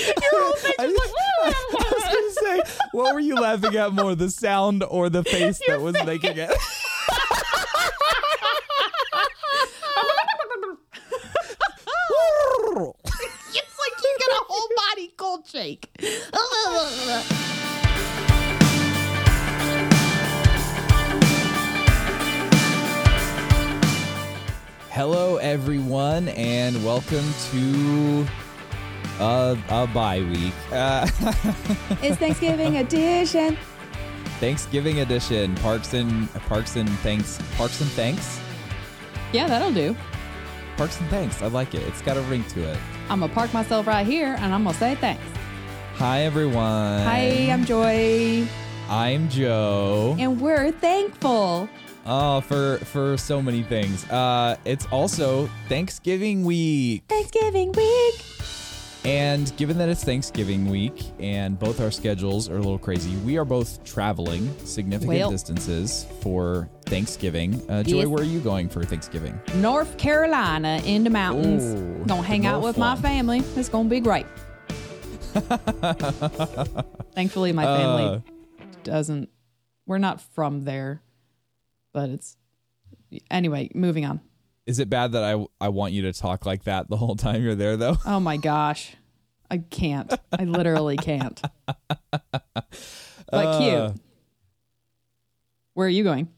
face was like, "Woo!" I was gonna say, what were you laughing at more, the sound or the face that was making it? It's like you get a whole body cold shake. Hello, everyone, and welcome to a, a bye week, uh, It's Thanksgiving edition. Thanksgiving edition, Parks and Parks and Thanks, Parks and Thanks, yeah, that'll do. Parks and Thanks. I like it. It's got a ring to it. I'm gonna park myself right here and I'm gonna say thanks. Hi, everyone. Hi, I'm Joy, I'm Joe. and we're thankful. Oh, for for so many things. Uh, it's also Thanksgiving week. Thanksgiving week. And given that it's Thanksgiving week and both our schedules are a little crazy, we are both traveling significant Well. distances for Thanksgiving. Uh, Joy, Yes. where are you going for Thanksgiving? North Carolina in the mountains. Ooh, gonna hang the out North with my one. family. It's gonna be great. Thankfully, my family Uh. doesn't. We're not from there, but it's anyway. Moving on. Is it bad that I I want you to talk like that the whole time you're there though? Oh my gosh, I can't. I literally can't. But Uh. cute. Where are you going?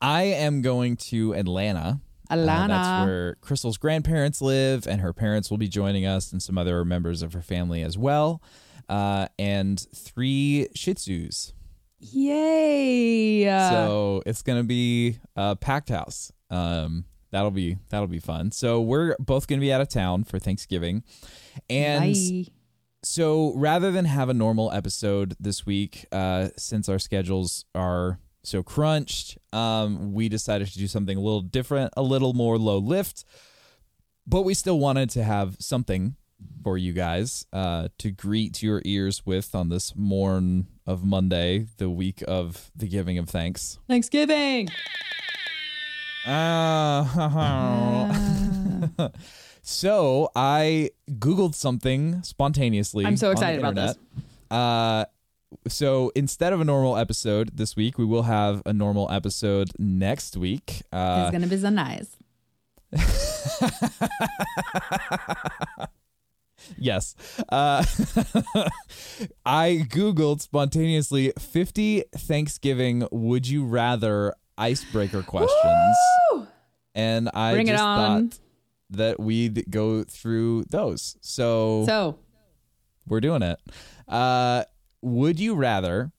I am going to Atlanta. Uh, Alana. that's where Crystal's grandparents live, and her parents will be joining us and some other members of her family as well. Uh, and three Shih Tzus. Yay. Uh, so it's gonna be a packed house. Um, that'll be that'll be fun. So we're both gonna be out of town for Thanksgiving, and Bye. so rather than have a normal episode this week, uh, since our schedules are so crunched, um, we decided to do something a little different, a little more low lift, but we still wanted to have something for you guys uh, to greet your ears with on this morn of Monday, the week of the giving of thanks. Thanksgiving. Uh, so I Googled something spontaneously. I'm so on the excited about this. internet. Uh, so instead of a normal episode this week, we will have a normal episode next week. Uh, it's gonna be so nice. yes. Uh, I Googled spontaneously 50 Thanksgiving would you rather icebreaker questions. And I Bring it just on. thought that we'd go through those. So, So we're doing it. Uh, would you rather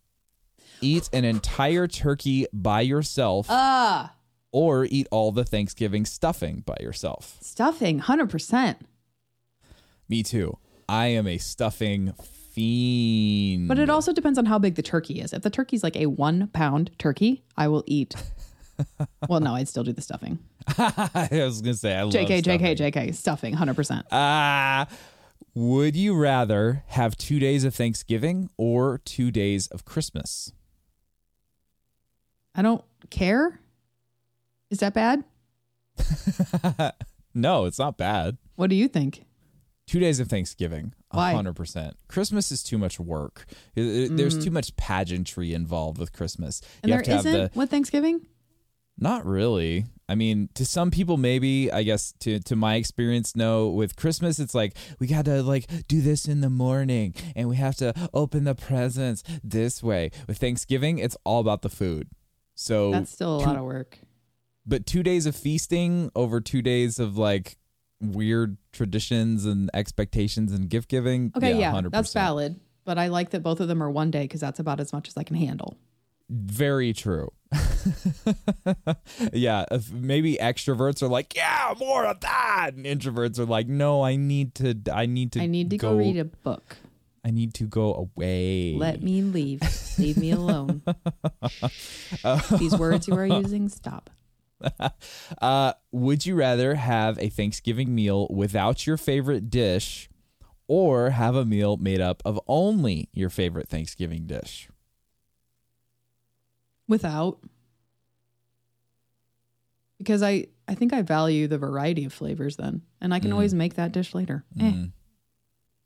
eat an entire turkey by yourself Uh, or eat all the Thanksgiving stuffing by yourself? stuffing, 100%. Me too. I am a stuffing fiend. But it also depends on how big the turkey is. If the turkey's like a one pound turkey, I will eat. well, no, I'd still do the stuffing. I was gonna say I love JK, JK, stuffing. JK, stuffing, 100%. Ah, would you rather have two days of Thanksgiving or two days of Christmas? I don't care. Is that bad? no, it's not bad. What do you think? Two days of Thanksgiving, a Why? hundred percent. Christmas is too much work. I- I- There's too much pageantry involved with Christmas. Mm. you And there have to have isn't the with Thanksgiving? not really. I mean, to some people, maybe. I guess to to my experience, no. With Christmas, it's like we got to like do this in the morning, and we have to open the presents this way. With Thanksgiving, it's all about the food. So That's still a lot of work. but two days of feasting over two days of like weird traditions and expectations and gift giving. Okay, yeah, 100%. that's valid. But I like that both of them are one day because that's about as much as I can handle. Very true. yeah, if maybe extroverts are like, yeah, more of that, and introverts are like, no, I need to, I need to, I need to go, read a book. I need to go away. Let me leave. Leave me alone. These words you are using, stop. Uh, would you rather have a Thanksgiving meal without your favorite dish, or have a meal made up of only your favorite Thanksgiving dish? Without. Because I, I think I value the variety Mm. of flavors then, and I can always make that dish later. Eh.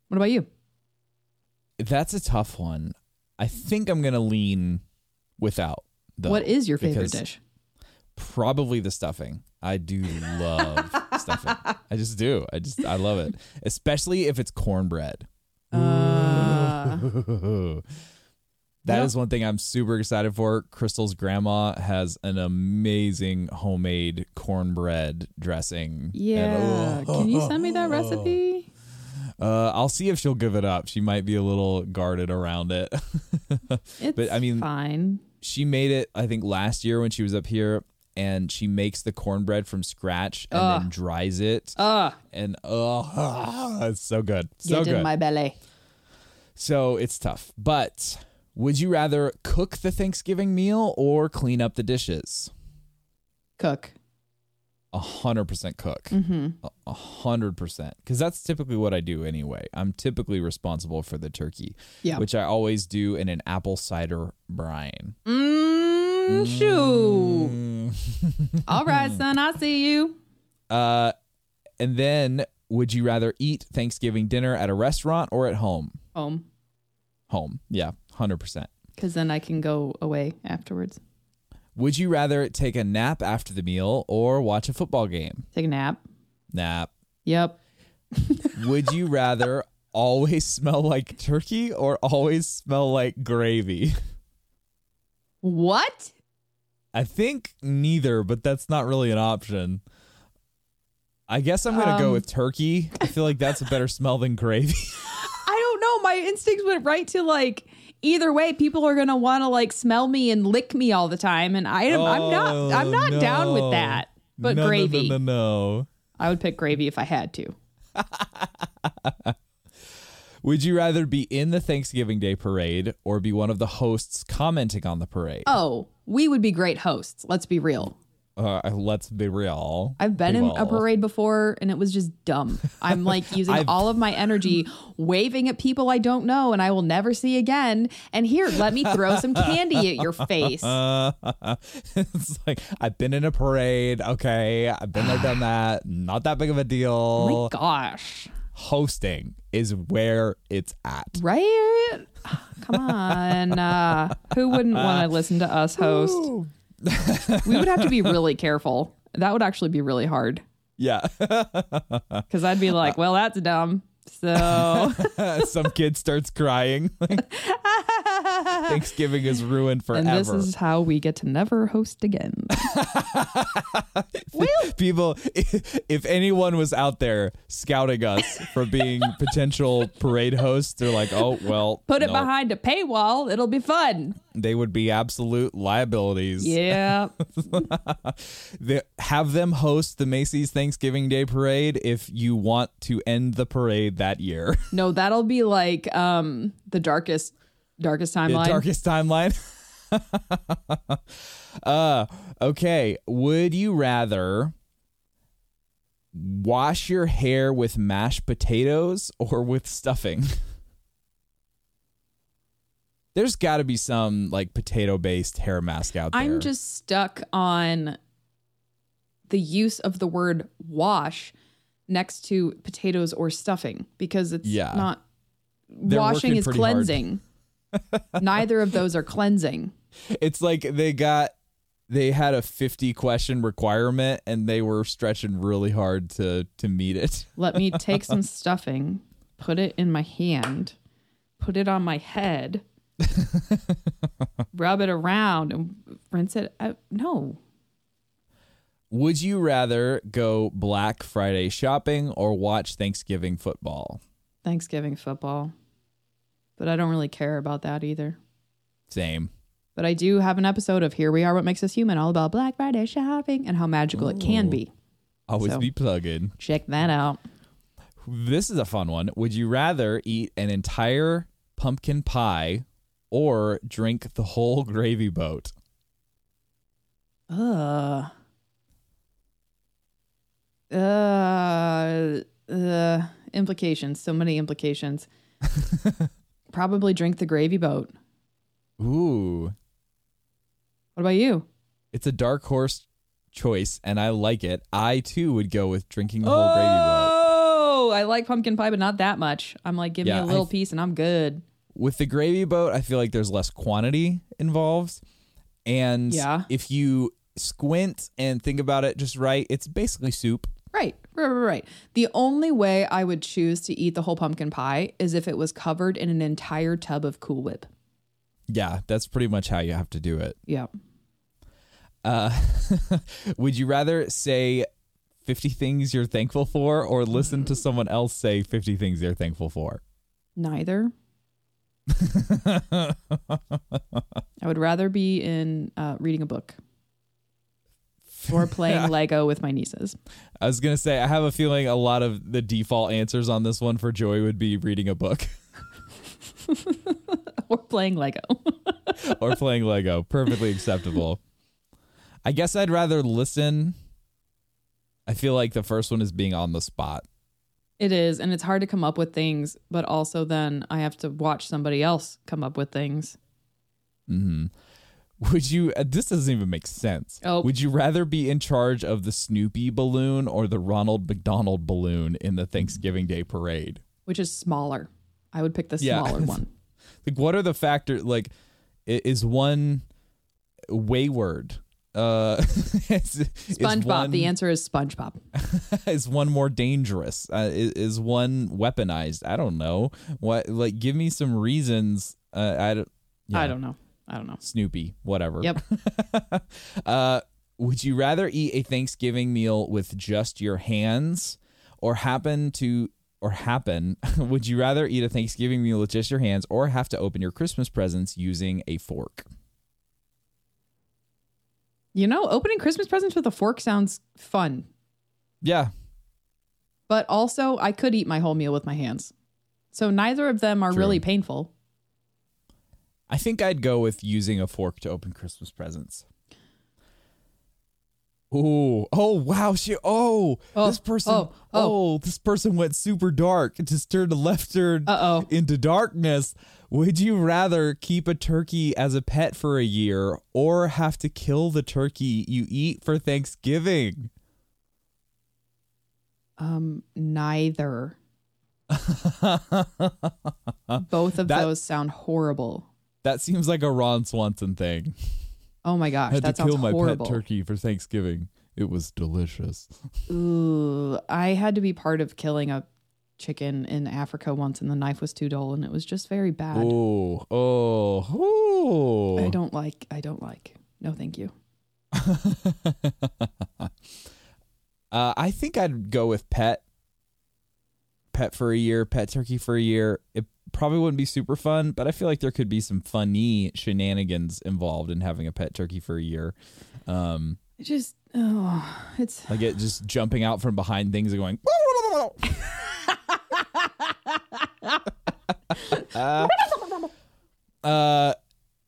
What about you? That's a tough one. I think I'm gonna lean without. Though, what is your favorite because dish? Probably the stuffing. I do love stuffing. I just do. I just I love it, especially if it's cornbread. Uh, That is Yeah. one thing I'm super excited for. Crystal's grandma has an amazing homemade cornbread dressing. yeah. And, oh, Can you send me that recipe? uh, I'll see if she'll give it up. She might be a little guarded around it. It's But, I mean- fine. she made it i think last year when she was up here and she makes the cornbread from scratch and then dries it Uh, and oh it's so good so get in good my belly. so it's tough but would you rather cook the thanksgiving meal or clean up the dishes Cook. a hundred percent cook hmm A- a hundred percent because that's typically what i do anyway i'm typically responsible for the turkey Yeah. which i always do in an apple cider brine Mm, shoo. Mm. All right, son. I see you. Uh, and then, would you rather eat Thanksgiving dinner at a restaurant or at home? Home. Home. Yeah, 100%. Because then I can go away afterwards. Would you rather take a nap after the meal or watch a football game? Take a nap. Nap. Yep. Would you rather always smell like turkey or always smell like gravy? What? I think neither, but that's not really an option. I guess I'm going to go Um. with turkey. I feel like that's a better smell than gravy. I don't know. My instincts went right to like either way. People are gonna want to like smell me and lick me all the time, and I am I'm not I'm not Oh, down no. with that. But No, no, gravy, No, no, no. I would pick gravy if I had to. Would you rather be in the Thanksgiving Day parade or be one of the hosts commenting on the parade? Oh, we would be great hosts. Let's be real. Uh, let's be real. I've been in a Well, parade before, and it was just dumb. I'm like using I've- all of my energy waving at people I don't know and I will never see again. And here, let me throw some candy at your face. Uh, it's like I've been in a parade. Okay, I've been there, done that. Not that big of a Oh deal. my gosh. Hosting is where it's at. Right? Come on. Uh, who wouldn't want to listen to us host? We would have to be really careful. That would actually be really hard Yeah, because I'd be like, well, that's dumb. So, some kid starts crying. Like, Thanksgiving is ruined and forever. this is how we get to never host again. people if, if anyone was out there scouting us for being potential parade hosts they're like oh well Put it no, behind a paywall. It'll be fun. they would be absolute liabilities Yeah. They- have them host the macy's thanksgiving day parade if you want to end the parade that year No, that'll be like um the darkest, darkest the timeline. darkest timeline uh okay would you rather wash your hair with mashed potatoes or with stuffing there's got to be some like potato based hair mask out there I'm just stuck on the use of the word wash next to potatoes or stuffing because it's Yeah. not They're washing working is pretty hard. cleansing. Neither of those are cleansing. it's like they got they had a 50 question requirement and they were stretching really hard to to meet it Let me take some stuffing, put it in my hand, put it on my head, rub it around and rinse it out. No. Would you rather go Black Friday shopping or watch Thanksgiving football? Thanksgiving football. But I don't really care about that either. Same. But I do have an episode of Here We Are What Makes Us Human all about Black Friday shopping and how magical it can be. Always So- be plugging. Check that out. This is a fun one. Would you rather eat an entire pumpkin pie or drink the whole gravy boat? Ugh. Uh, uh, implications. So many implications. Probably drink the gravy boat. Ooh, What about you? it's a dark horse choice and I like it. I too would go with drinking the whole gravy boat. Oh, I like pumpkin pie, but not that much. I'm like, give Yeah, me I a little th- piece and I'm good. With the gravy boat, I feel like there's less quantity involved. And Yeah. if you squint and think about it just right, it's basically soup. Right, right, right, right. The only way I would choose to eat the whole pumpkin pie is if it was covered in an entire tub of Cool Whip. Yeah, that's pretty much how you have to do it. Yeah. Uh, would you rather say 50 things you're thankful for or listen to someone else say 50 things they're thankful for? Neither. I would rather be in uh, reading a book or playing Lego with my nieces. I was going to say, I have a feeling a lot of the default answers on this one for Joy would be reading a book or playing Lego. or playing Lego. Perfectly acceptable. I guess I'd rather listen. I feel like the first one is being on the spot. It is, and it's hard to come up with things, but also then I have to watch somebody else come up with things. Would you? Uh, this doesn't even make sense. Oh. Would you rather be in charge of the Snoopy balloon or the Ronald McDonald balloon in the Thanksgiving Day parade? which is smaller. I would pick the Yeah. smaller one. Like, what are the factors? Like, i- is one wayward? Uh, is, is SpongeBob. one- The answer is SpongeBob. is one more dangerous? Uh, is, is one weaponized? I don't know. What? Like, give me some reasons. Uh, I don't. yeah. I don't know. I don't know. Snoopy, whatever. Yep. uh, would you rather eat a Thanksgiving meal with just your hands or happen to or happen would you rather eat a Thanksgiving meal with just your hands or have to open your Christmas presents using a fork? You know, opening Christmas presents with a fork sounds fun, Yeah. but also I could eat my whole meal with my hands. So neither of them are True. really painful. I think I'd go with using a fork to open Christmas presents. Ooh. Oh wow, she oh, Oh, this person oh, oh, oh. this person went super dark. It just turned a left turn Uh oh. into darkness. Would you rather keep a turkey as a pet for a year or have to kill the turkey you eat for Thanksgiving? Um, neither. Both of That- those sound horrible. That seems like a Ron Swanson thing. Oh my I gosh, had that to sounds kill my horrible. pet turkey for Thanksgiving. It was delicious. Ooh, I had to be part of killing a chicken in Africa once, and the knife was too dull, and it was just very bad. Oh, oh, oh. I don't like. I don't like. No, thank you. Uh, I think I'd go with pet. Pet for a year, pet turkey for a year. It probably wouldn't be super fun, but I feel like there could be some funny shenanigans involved in having a pet turkey for a year. Um, It just oh, it's like it just jumping out from behind things and going. uh, uh,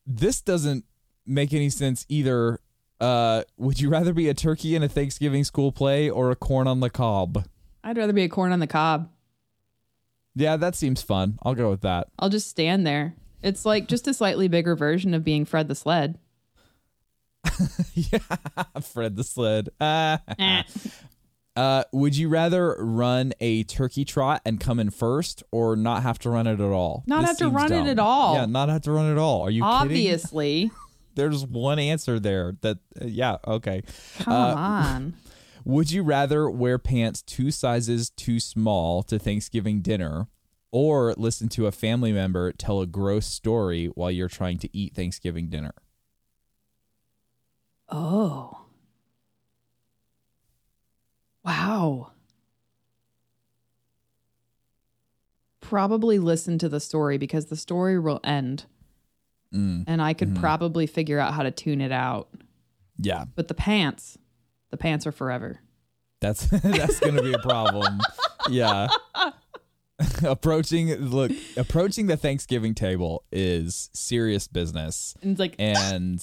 this doesn't make any sense either. Uh, would you rather be a turkey in a Thanksgiving school play or a corn on the cob? I'd rather be a corn on the cob. Yeah, that seems fun. I'll go with that. I'll just stand there. It's like just a slightly bigger version of being Fred the Sled. yeah, Fred the Sled. Ah. Eh. uh, would you rather run a turkey trot and come in first, or not have to run it at all? Not have to seems run it at all. Yeah, not have to run it at all. Are you kidding? Obviously. There's one answer there. That uh, yeah, okay. Come Uh, on. Would you rather wear pants two sizes too small to Thanksgiving dinner, or listen to a family member tell a gross story while you're trying to eat Thanksgiving dinner? Oh. Wow. Probably listen to the story because the story will end. Mm, And I Mm-hmm. could probably figure out how to tune it out. Yeah, But the pants, the pants are forever. That's that's gonna be a problem. yeah. approaching look, approaching the Thanksgiving table is serious business. And it's like, And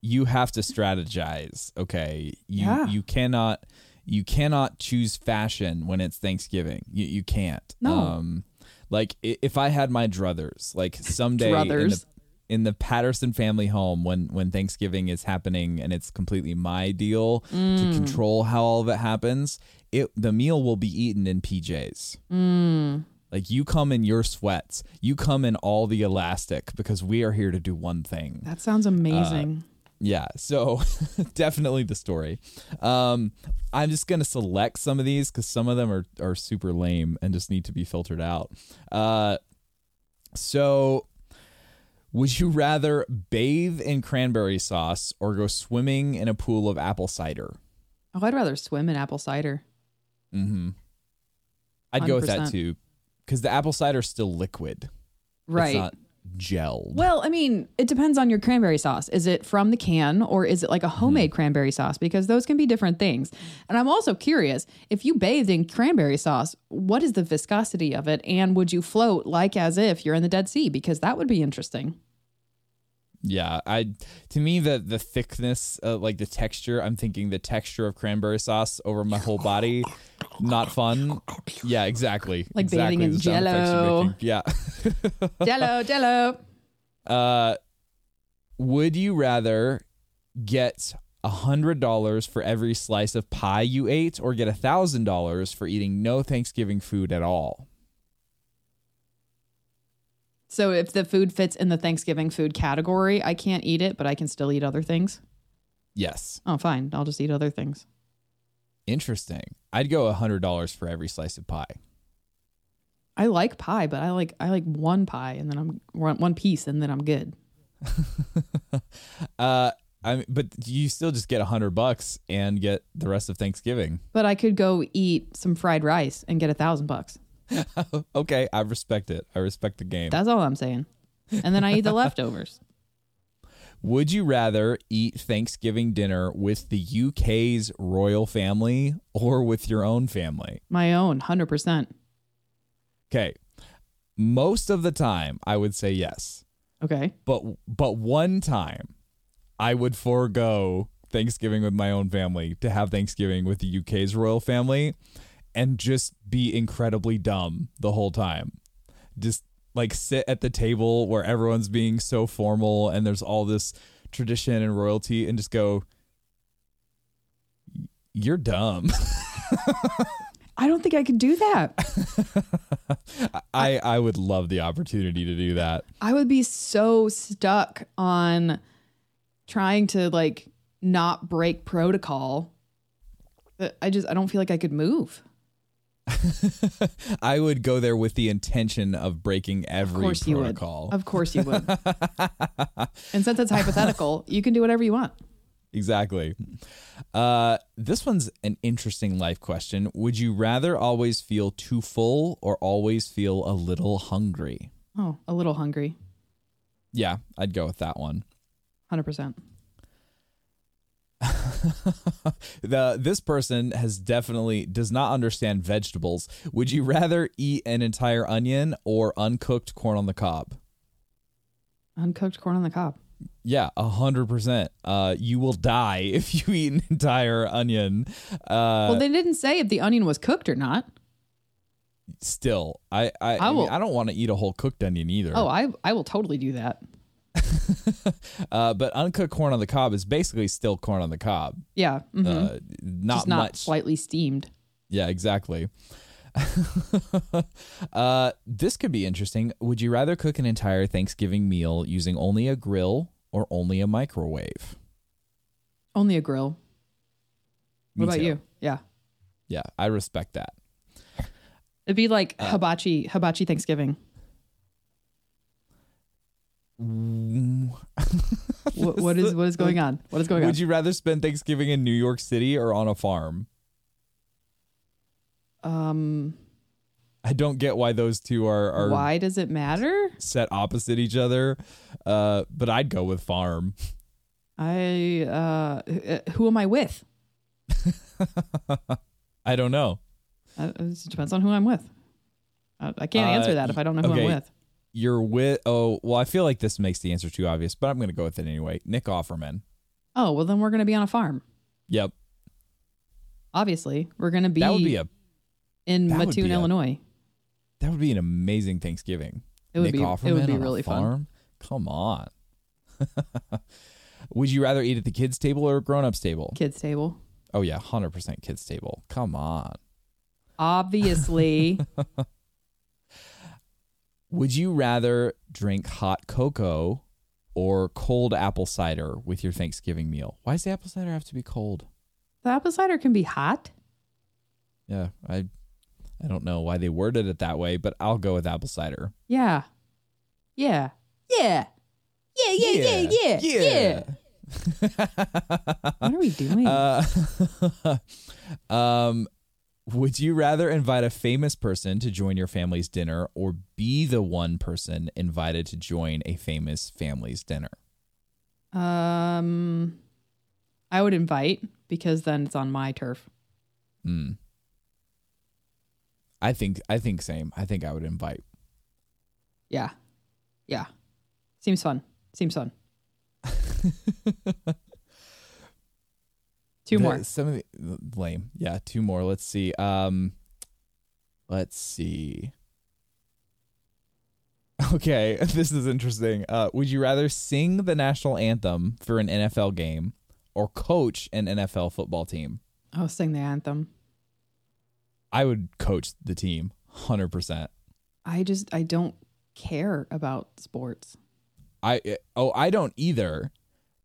you have to strategize, okay? You Yeah. you cannot you cannot choose fashion when it's Thanksgiving. You you can't. No. Um like i- if I had my druthers, like someday in the- Druthers. in the Patterson family home when when Thanksgiving is happening and it's completely my deal Mm. to control how all of it happens, it the meal will be eaten in PJs. mm, Like you come in your sweats, you come in all the elastic because we are here to do one thing. That sounds amazing. Yeah, so definitely the story. Um, I'm just gonna select some of these because some of them are are super lame and just need to be filtered out. Uh, so, would you rather bathe in cranberry sauce or go swimming in a pool of apple cider? oh, I'd rather swim in apple cider. Mm-hmm. I'd go with that 100%. too, because the apple cider's still liquid. Right. It's not gelled. Well, I mean, it depends on your cranberry sauce. Is it from the can or is it like a homemade cranberry sauce? Because those can be different things. And I'm also curious if you bathed in cranberry sauce, what is the viscosity of it? And would you float like as if you're in the Dead Sea? Because that would be interesting. Yeah, I to me the the thickness, uh, like the texture. I'm thinking the texture of cranberry sauce over my whole body. Not fun. Yeah, exactly. Like exactly bathing in the sound effects you're Jell-O. making. Yeah. Jello, jello. Uh, would you rather get a hundred dollars for every slice of pie you ate, or get a thousand dollars for eating no Thanksgiving food at all? So if the food fits in the Thanksgiving food category, I can't eat it, but I can still eat other things. Yes. Oh, fine. I'll just eat other things. Interesting. I'd go a hundred dollars for every slice of pie. I like pie, but I like I like one pie and then I'm one one piece and then I'm good. Uh, I mean, but you still just get a hundred bucks and get the rest of Thanksgiving. But I could go eat some fried rice and get a thousand bucks. okay, I respect it. I respect the game. That's all I'm saying. And then I eat the leftovers. Would you rather eat Thanksgiving dinner with the UK's royal family or with your own family? My own, hundred percent. Okay, most of the time I would say yes, Okay. but but one time I would forego Thanksgiving with my own family to have Thanksgiving with the UK's royal family and just be incredibly dumb the whole time. Just like sit at the table where everyone's being so formal and there's all this tradition and royalty and just go you're dumb. I don't think I could do that. I I would love the opportunity to do that. I would be so stuck on trying to like not break protocol that I just I don't feel like I could move. I would go there with the intention of breaking every Of course you would. protocol. Of course you would. and since it's hypothetical, you can do whatever you want. Exactly. Uh, this one's an interesting life question. Would you rather always feel too full or always feel a little hungry? Oh, a little hungry. Yeah, I'd go with that one. Hundred percent. the this person has definitely does not understand vegetables. Would you rather eat an entire onion or uncooked corn on the cob? Uncooked corn on the cob. Yeah, a hundred percent. Uh, you will die if you eat an entire onion. Uh, well, they didn't say if the onion was cooked or not. still, I I, I I, mean, will- I don't want to eat a whole cooked onion either. Oh, I I will totally do that. Uh, but uncooked corn on the cob is basically still corn on the cob. Yeah, mhm. Uh, not, just not much. slightly steamed. yeah, exactly. uh, this could be interesting. Would you rather cook an entire Thanksgiving meal using only a grill or only a microwave? Only a grill. Me What about too. you? Yeah, Yeah, I respect that. it'd be like Uh, hibachi hibachi Thanksgiving. what, what is what is going on? What is going on? Would you rather spend Thanksgiving in New York City or on a farm? um, I don't get why those two are, are why does it matter? set opposite each other, uh, but I'd go with farm. I uh, wh- who am I with? I don't know. Uh, it depends on who I'm with. I, I can't Uh, answer that if I don't know who okay. I'm with. You're with oh well, I feel like this makes the answer too obvious, but I'm gonna go with it anyway. Nick Offerman. Oh well, then we're gonna be on a farm. Yep. Obviously, we're gonna be, That would be a in that would Mattoon, be a- Illinois. that would be an amazing Thanksgiving. It would Nick be Offerman it would be on a really fun. farm? Come on. would you rather eat at the kids' table or grown ups table? Kids table, Oh yeah, hundred percent kids' table. Come on. obviously. Would you rather drink hot cocoa or cold apple cider with your Thanksgiving meal? Why does the apple cider have to be cold? The apple cider can be hot. Yeah, I I don't know why they worded it that way, but I'll go with apple cider. Yeah. Yeah. Yeah. Yeah, yeah, yeah, yeah, yeah. What are we doing? Uh, um, would you rather invite a famous person to join your family's dinner or be the one person invited to join a famous family's dinner? um I would invite because then it's on my turf. Mm. I think I think same. I think I would invite. Yeah. Yeah. Seems fun. Seems fun. Two The- more. Some of the lame. Yeah, two more. Let's see. Um let's see. Okay, this is interesting. Uh would you rather sing the national anthem for an NFL game or coach an NFL football team? Oh, sing the anthem. I would coach the team 100%. I just I don't care about sports. I oh, I don't either,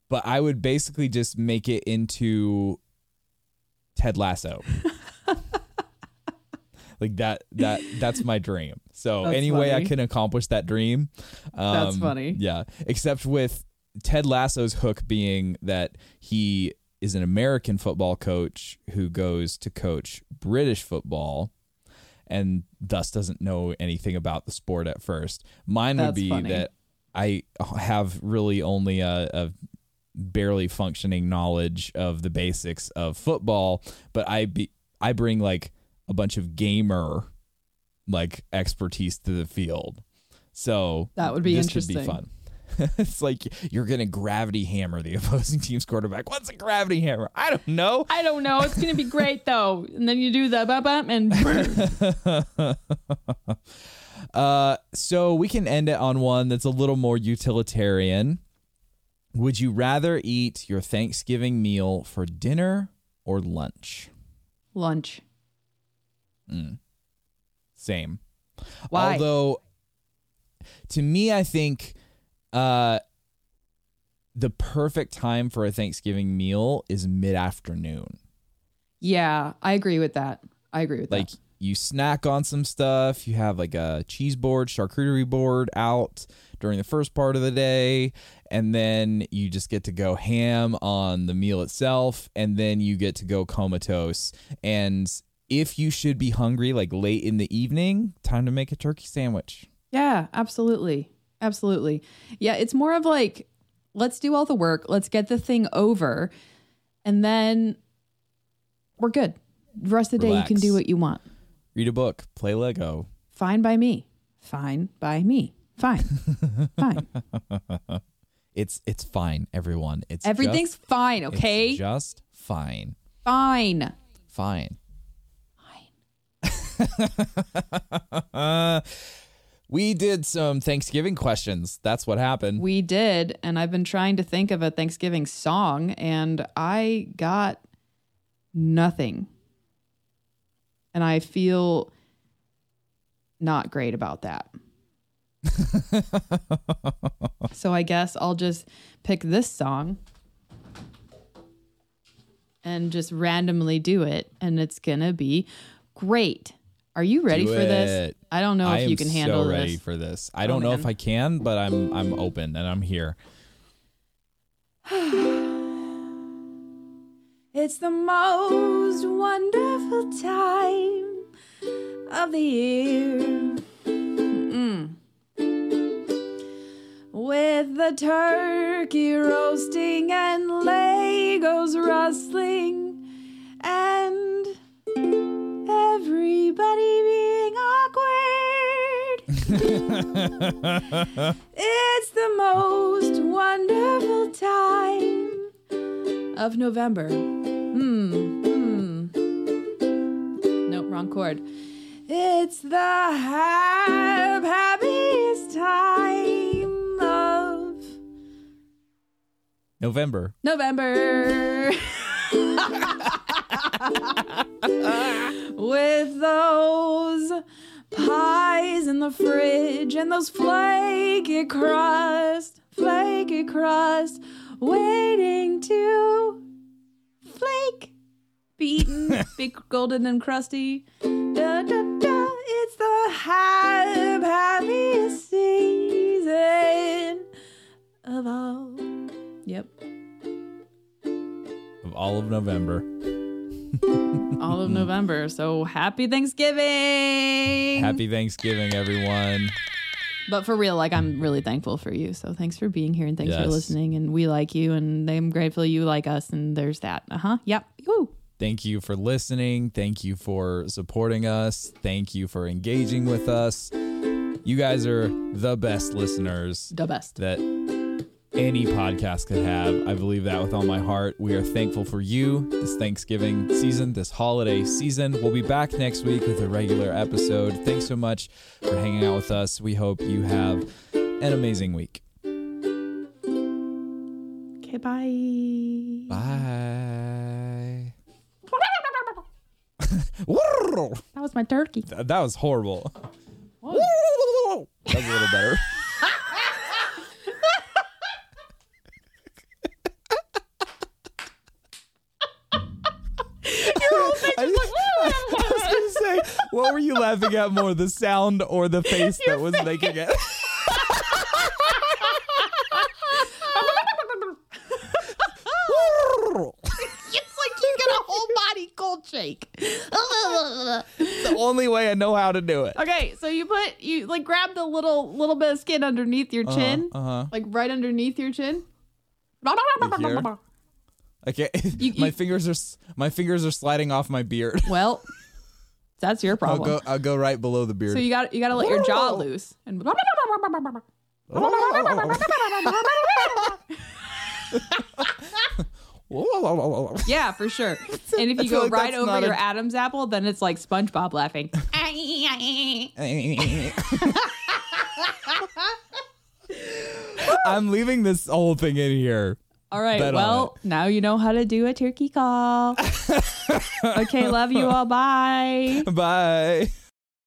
but I would basically just make it into Ted Lasso. like that that that's my dream. So That's any way I funny. can accomplish that dream. Um, That's funny. Yeah, except with Ted Lasso's hook being that he is an American football coach who goes to coach British football and thus doesn't know anything about the sport at first. Mine would That's be funny. that I have really only a, a barely functioning knowledge of the basics of football, but I be I bring like a bunch of gamer like expertise to the field. So That would be this could be interesting. fun. it's like you're gonna gravity hammer the opposing team's quarterback. What's a gravity hammer? I don't know. I don't know. It's gonna be great though. And then you do the bop bop and Uh, so we can end it on one that's a little more utilitarian. Would you rather eat your Thanksgiving meal for dinner or lunch? lunch. Same. Why? Although, to me, I think uh, the perfect time for a Thanksgiving meal is mid afternoon. Yeah, I agree with that. I agree with Like that. you snack on some stuff. You have like a cheese board, charcuterie board out during the first part of the day, and then you just get to go ham on the meal itself, and then you get to go comatose. And if you should be hungry, like late in the evening, time to make a turkey sandwich. Yeah, absolutely. Absolutely. Yeah, it's more of like, let's do all the work, let's get the thing over, and then we're good. The rest of the day, you can Relax. do what you want. Read a book, play Lego. Fine by me. Fine by me. Fine. Fine. It's it's fine, everyone. It's Everything's just, fine, it's okay? just fine, fine. fine, fine. we did some Thanksgiving questions. That's what happened. We did, and I've been trying to think of a Thanksgiving song, and I got nothing. And I feel not great about that. so I guess I'll just pick this song and just randomly do it, and it's gonna be great. Are you ready Do for this? it. I don't know I if am you can handle so ready this. Oh, for this. I don't know if I can, but I'm I'm open and I'm here. It's the most wonderful time of the year. Mm. With the turkey roasting and Legos rustling and everybody being awkward. it's the most wonderful time of November. Hmm. Hmm. Nope, wrong chord. It's the hap- happiest time of November. November. with those pies in the fridge and those flaky crust, flaky crust, waiting to flake, beaten, big golden and crusty. Da, da, da, it's the hap- happiest season of all. Yep. of all of November. all of November. So happy Thanksgiving. Happy Thanksgiving, everyone. But for real, like I'm really thankful for you. So thanks for being here and thanks for Yes. listening. And we like you and I'm grateful you like us. And there's that. Uh huh. Yep. Woo. Thank you for listening. Thank you for supporting us. Thank you for engaging with us. You guys are the best listeners The best. that any podcast could have. I believe that with all my heart. We are thankful for you this Thanksgiving season, this holiday season. We'll be back next week with a regular episode. Thanks so much for hanging out with us. We hope you have an amazing week. Okay. Bye. Bye. That was my turkey. Th- that was horrible. That was a little better. I, I was gonna say, what were you laughing at more, the sound or the face that was making it? It's like you get a whole body cold shake. the only way I know how to do it. okay, so you put you like grab the little little bit of skin underneath your chin, uh-huh. like right underneath your chin. here? Okay, my you- fingers are s- my fingers are sliding off my beard. Well, that's your I'll problem. go I'll go right below the beard. So you got you got to let your jaw loose and yeah, for sure. And if feel you go like right that's over not a- your Adam's apple, then it's like SpongeBob laughing. I'm leaving this whole thing in here. All right, Bet on well, now you know how to do a turkey call. okay, love you all. Bye. Bye.